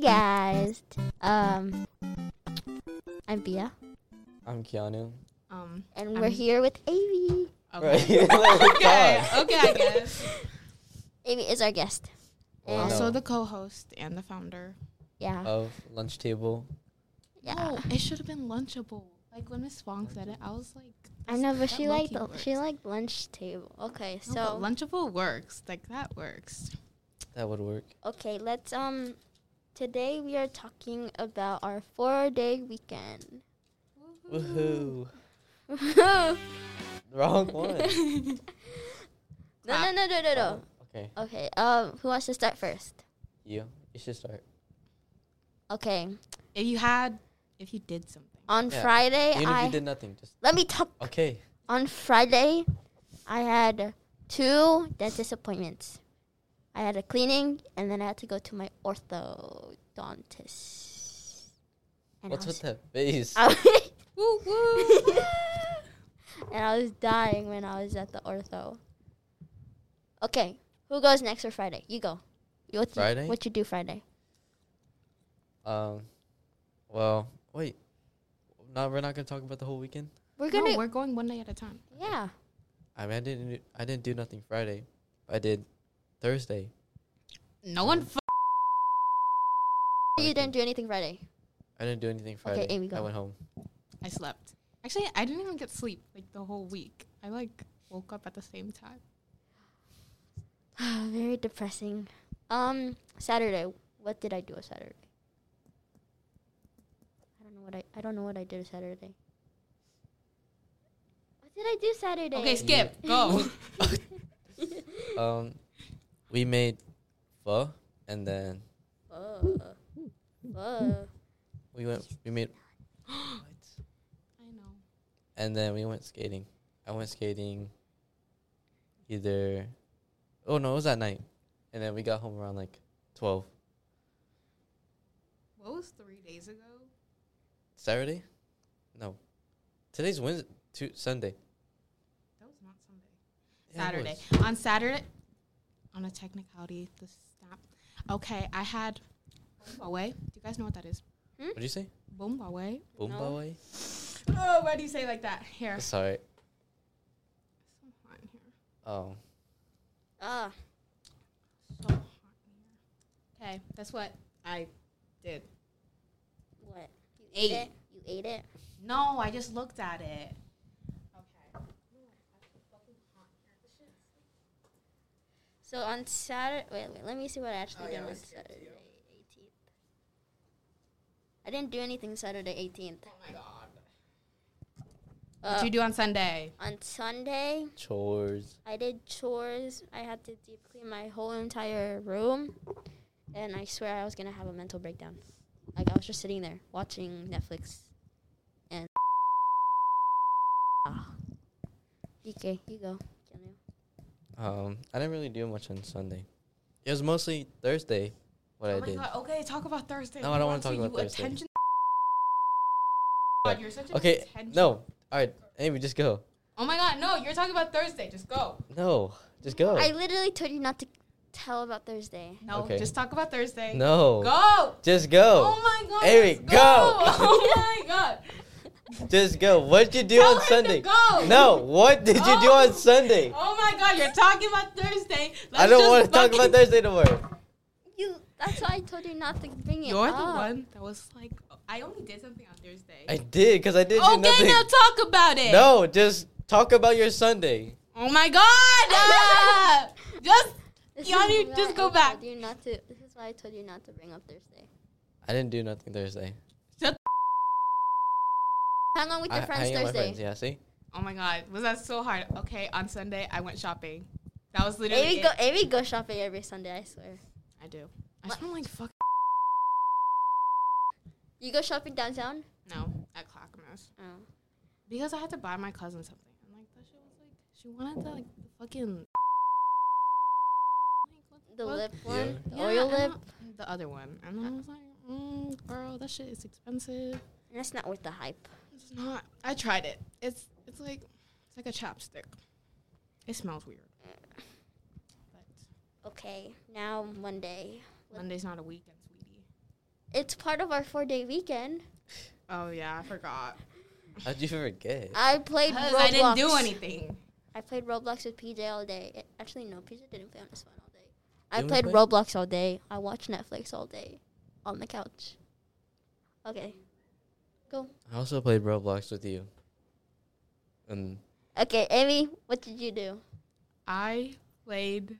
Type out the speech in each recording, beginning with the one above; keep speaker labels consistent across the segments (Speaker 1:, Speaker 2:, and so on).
Speaker 1: guys. Um, I'm Bia,
Speaker 2: I'm Keanu.
Speaker 3: Um.
Speaker 1: and
Speaker 3: I'm-
Speaker 1: we're here with Amy.
Speaker 3: Okay.
Speaker 2: Right. Like,
Speaker 3: okay.
Speaker 2: God.
Speaker 3: Okay. I guess.
Speaker 1: Amy is our guest.
Speaker 2: Wow.
Speaker 1: And-
Speaker 3: Also the co-host and the founder.
Speaker 1: yeah,
Speaker 2: Of lunch table.
Speaker 1: yeah.
Speaker 2: oh,
Speaker 3: No, it should have been lunchable. Like when Miss Wong said it, I was like,
Speaker 1: I know, but
Speaker 3: that
Speaker 1: she liked
Speaker 3: low-key
Speaker 1: she
Speaker 3: works.
Speaker 1: liked lunch table. Okay,
Speaker 3: No,
Speaker 1: so
Speaker 3: but lunchable works. Like that works.
Speaker 2: That would work.
Speaker 1: okay, let's um. Today we are talking about our four-day weekend.
Speaker 2: Woohoo.
Speaker 1: no,
Speaker 2: Wrong one.
Speaker 1: no, no, no, no, no.
Speaker 2: Okay.
Speaker 1: Okay. Um, who wants to start first?
Speaker 2: You. You should start.
Speaker 1: Okay.
Speaker 3: If you had, if you did something.
Speaker 1: On
Speaker 2: Yeah.
Speaker 1: Friday,
Speaker 2: Even if
Speaker 1: I
Speaker 2: you did nothing, just
Speaker 1: let me talk.
Speaker 2: okay.
Speaker 1: On Friday, I had two dentist appointments. I had a cleaning, and then I had to go to my orthodontist. And
Speaker 2: What's
Speaker 1: I
Speaker 2: with
Speaker 1: was,
Speaker 2: that face?
Speaker 1: I was-
Speaker 3: Woo woo.
Speaker 1: and I was dying when I was at the ortho. Okay, who goes next for Friday? You go. You- What you,
Speaker 2: Friday?
Speaker 1: What you do Friday?
Speaker 2: Um. Well, wait. Not we're not gonna talk about the whole weekend.
Speaker 1: We're
Speaker 3: no,
Speaker 1: gonna.
Speaker 3: we're going one day at a time.
Speaker 1: yeah.
Speaker 2: I mean, I didn't. do- I didn't do nothing Friday. I did Thursday.
Speaker 3: No one. F-
Speaker 1: You didn't do anything Friday.
Speaker 2: I didn't do anything Friday.
Speaker 1: Amy, go.
Speaker 2: I went home.
Speaker 3: I slept. Actually, I didn't even get sleep like the whole week. I like woke up at the same time.
Speaker 1: Very depressing. Um, Saturday. What did I do on Saturday? I don't know what I. I don't know what I did on Saturday. What did I do Saturday?
Speaker 3: Okay, skip. Go.
Speaker 2: Um, we made pho, and then
Speaker 1: Whoa. Whoa.
Speaker 2: we went. We made. what?
Speaker 3: I know.
Speaker 2: And then we went skating. I went skating. Either, oh no, it was at night, and then we got home around like twelve
Speaker 3: What was three days ago?
Speaker 2: Saturday. No, today's Wednesday, to Sunday.
Speaker 3: That was not Sunday.
Speaker 2: Yeah, it
Speaker 3: Saturday.
Speaker 2: was.
Speaker 3: On Saturday, on a technicality, the snap. Okay, I had Bombawe. Do you guys know what that is?
Speaker 2: What'd you say?
Speaker 3: Bombawe?
Speaker 2: Boom
Speaker 1: No.
Speaker 2: boy.
Speaker 3: Oh, why do you say like that? Here.
Speaker 2: Sorry.
Speaker 3: So hot in here.
Speaker 2: Oh,
Speaker 1: Ah.
Speaker 3: So hot in here. Okay, that's what I did.
Speaker 1: What? You
Speaker 3: Ate.
Speaker 1: it? You ate it?
Speaker 3: No, I just looked at it. Okay. oh
Speaker 1: So on Saturday. Wait, wait. Let me see what I actually
Speaker 3: Oh,
Speaker 1: did
Speaker 3: yeah,
Speaker 1: on
Speaker 3: let's see it
Speaker 1: Saturday, 18th. I didn't do anything Saturday 18th.
Speaker 3: Oh my god.
Speaker 1: Uh,
Speaker 3: What you do on Sunday?
Speaker 1: on Sunday.
Speaker 2: chores.
Speaker 1: I did chores. I had to deep clean my whole entire room, and I swear I was gonna have a mental breakdown. Like I was just sitting there watching Netflix, and ah, DK, you go. Keanu.
Speaker 2: Um, I didn't really do much on Sunday. It was mostly Thursday. What I
Speaker 3: Oh my
Speaker 2: did.
Speaker 3: god. Okay, talk about Thursday.
Speaker 2: No, I don't
Speaker 3: Come
Speaker 2: wanna
Speaker 3: on,
Speaker 2: talk
Speaker 3: so
Speaker 2: about
Speaker 3: you
Speaker 2: Thursday.
Speaker 3: Attention.
Speaker 2: Yeah.
Speaker 3: God, you're such an
Speaker 2: Okay,
Speaker 3: attention-
Speaker 2: no. All right, Amy, just go.
Speaker 3: Oh my god, no, you're talking about Thursday. Just go.
Speaker 2: No, just go.
Speaker 1: I literally told you not to tell about Thursday.
Speaker 3: No,
Speaker 2: Okay.
Speaker 3: just talk about Thursday.
Speaker 2: no,
Speaker 3: Go.
Speaker 2: just go.
Speaker 3: Oh my god.
Speaker 2: Eric,
Speaker 3: just
Speaker 2: go.
Speaker 3: Oh my god.
Speaker 2: Just go. What did you do
Speaker 3: Tell
Speaker 2: on
Speaker 3: him to
Speaker 2: Sunday?
Speaker 3: go.
Speaker 2: No, what did you do
Speaker 3: Oh.
Speaker 2: on Sunday?
Speaker 3: Oh my god, you're talking about Thursday. Let's
Speaker 2: I don't
Speaker 3: just
Speaker 2: want to talk
Speaker 3: fucking-
Speaker 2: about Thursday tomorrow.
Speaker 1: You. That's why I told you not to bring it
Speaker 3: You're the
Speaker 1: up.
Speaker 3: one that was like, oh, I only did something on Thursday.
Speaker 2: I did because I did do
Speaker 3: okay,
Speaker 2: nothing.
Speaker 3: now talk about it.
Speaker 2: no, just talk about your Sunday.
Speaker 3: Oh my god. ah! just
Speaker 1: This
Speaker 3: Keanu,
Speaker 1: is why
Speaker 3: just go
Speaker 1: I
Speaker 3: back.
Speaker 1: Told you not to. This is why I told you not to bring up Thursday.
Speaker 2: I didn't do nothing Thursday.
Speaker 1: Hang on with
Speaker 2: I,
Speaker 1: your friends
Speaker 2: hang out with my
Speaker 1: Thursday.
Speaker 2: friends. Yeah, see.
Speaker 3: Oh my god, was that so hard? Okay, on Sunday I went shopping. That was literally
Speaker 1: Amy
Speaker 3: it.
Speaker 1: go, Amy go shopping every Sunday. I swear.
Speaker 3: I do. I
Speaker 1: What?
Speaker 3: spent like fuck
Speaker 1: You go shopping downtown.
Speaker 3: no at Clackamas.
Speaker 1: Oh.
Speaker 3: Because I had to buy my cousin something. And like that shit was like she wanted the like the fucking like, what
Speaker 1: The
Speaker 3: fuck?
Speaker 1: lip
Speaker 2: Yeah.
Speaker 1: one, the
Speaker 3: Yeah,
Speaker 1: oil
Speaker 3: and
Speaker 1: lip.
Speaker 3: the- The other one. And then I was like, mm, girl, that shit is expensive.
Speaker 1: That's not worth the hype.
Speaker 3: It's not I tried it. It's it's like it's like a chapstick. It smells weird. But
Speaker 1: Okay, now Monday.
Speaker 3: Monday's not a weekend, sweetie.
Speaker 1: It's part of our four day weekend.
Speaker 3: Oh yeah, I forgot.
Speaker 2: How'd you forget?
Speaker 1: I played
Speaker 3: Because
Speaker 1: Roblox.
Speaker 3: I didn't do anything.
Speaker 1: I played Roblox with PJ all day. Eh, Actually, no, PJ didn't play on his phone all day. I
Speaker 2: Didn't we
Speaker 1: played
Speaker 2: play?
Speaker 1: Roblox all day. I watched Netflix all day on the couch. Okay.
Speaker 2: I also played Roblox with you. And
Speaker 1: Okay, Amy, what did you do?
Speaker 3: I played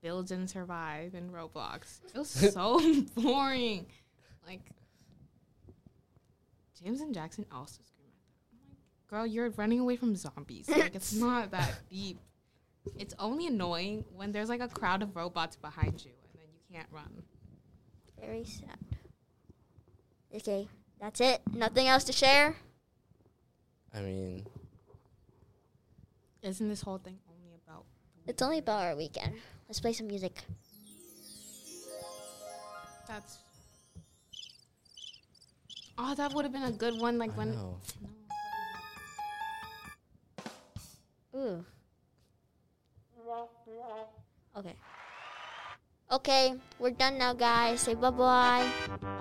Speaker 3: Build and Survive in Roblox. It was so boring. Like James and Jackson also scream at that. I'm like, girl, you're running away from zombies. Like it's not that deep. It's only annoying when there's like a crowd of robots behind you and then you can't run.
Speaker 1: Very sad. Okay, that's it. Nothing else to share?
Speaker 2: I mean,
Speaker 3: Isn't this whole thing only about
Speaker 1: It's only about our weekend. Let's play some music.
Speaker 3: that's Oh, that would have been a good one like
Speaker 2: I
Speaker 3: when
Speaker 2: know.
Speaker 3: No.
Speaker 1: Ooh. Okay. Okay, we're done now, guys. Say bye bye.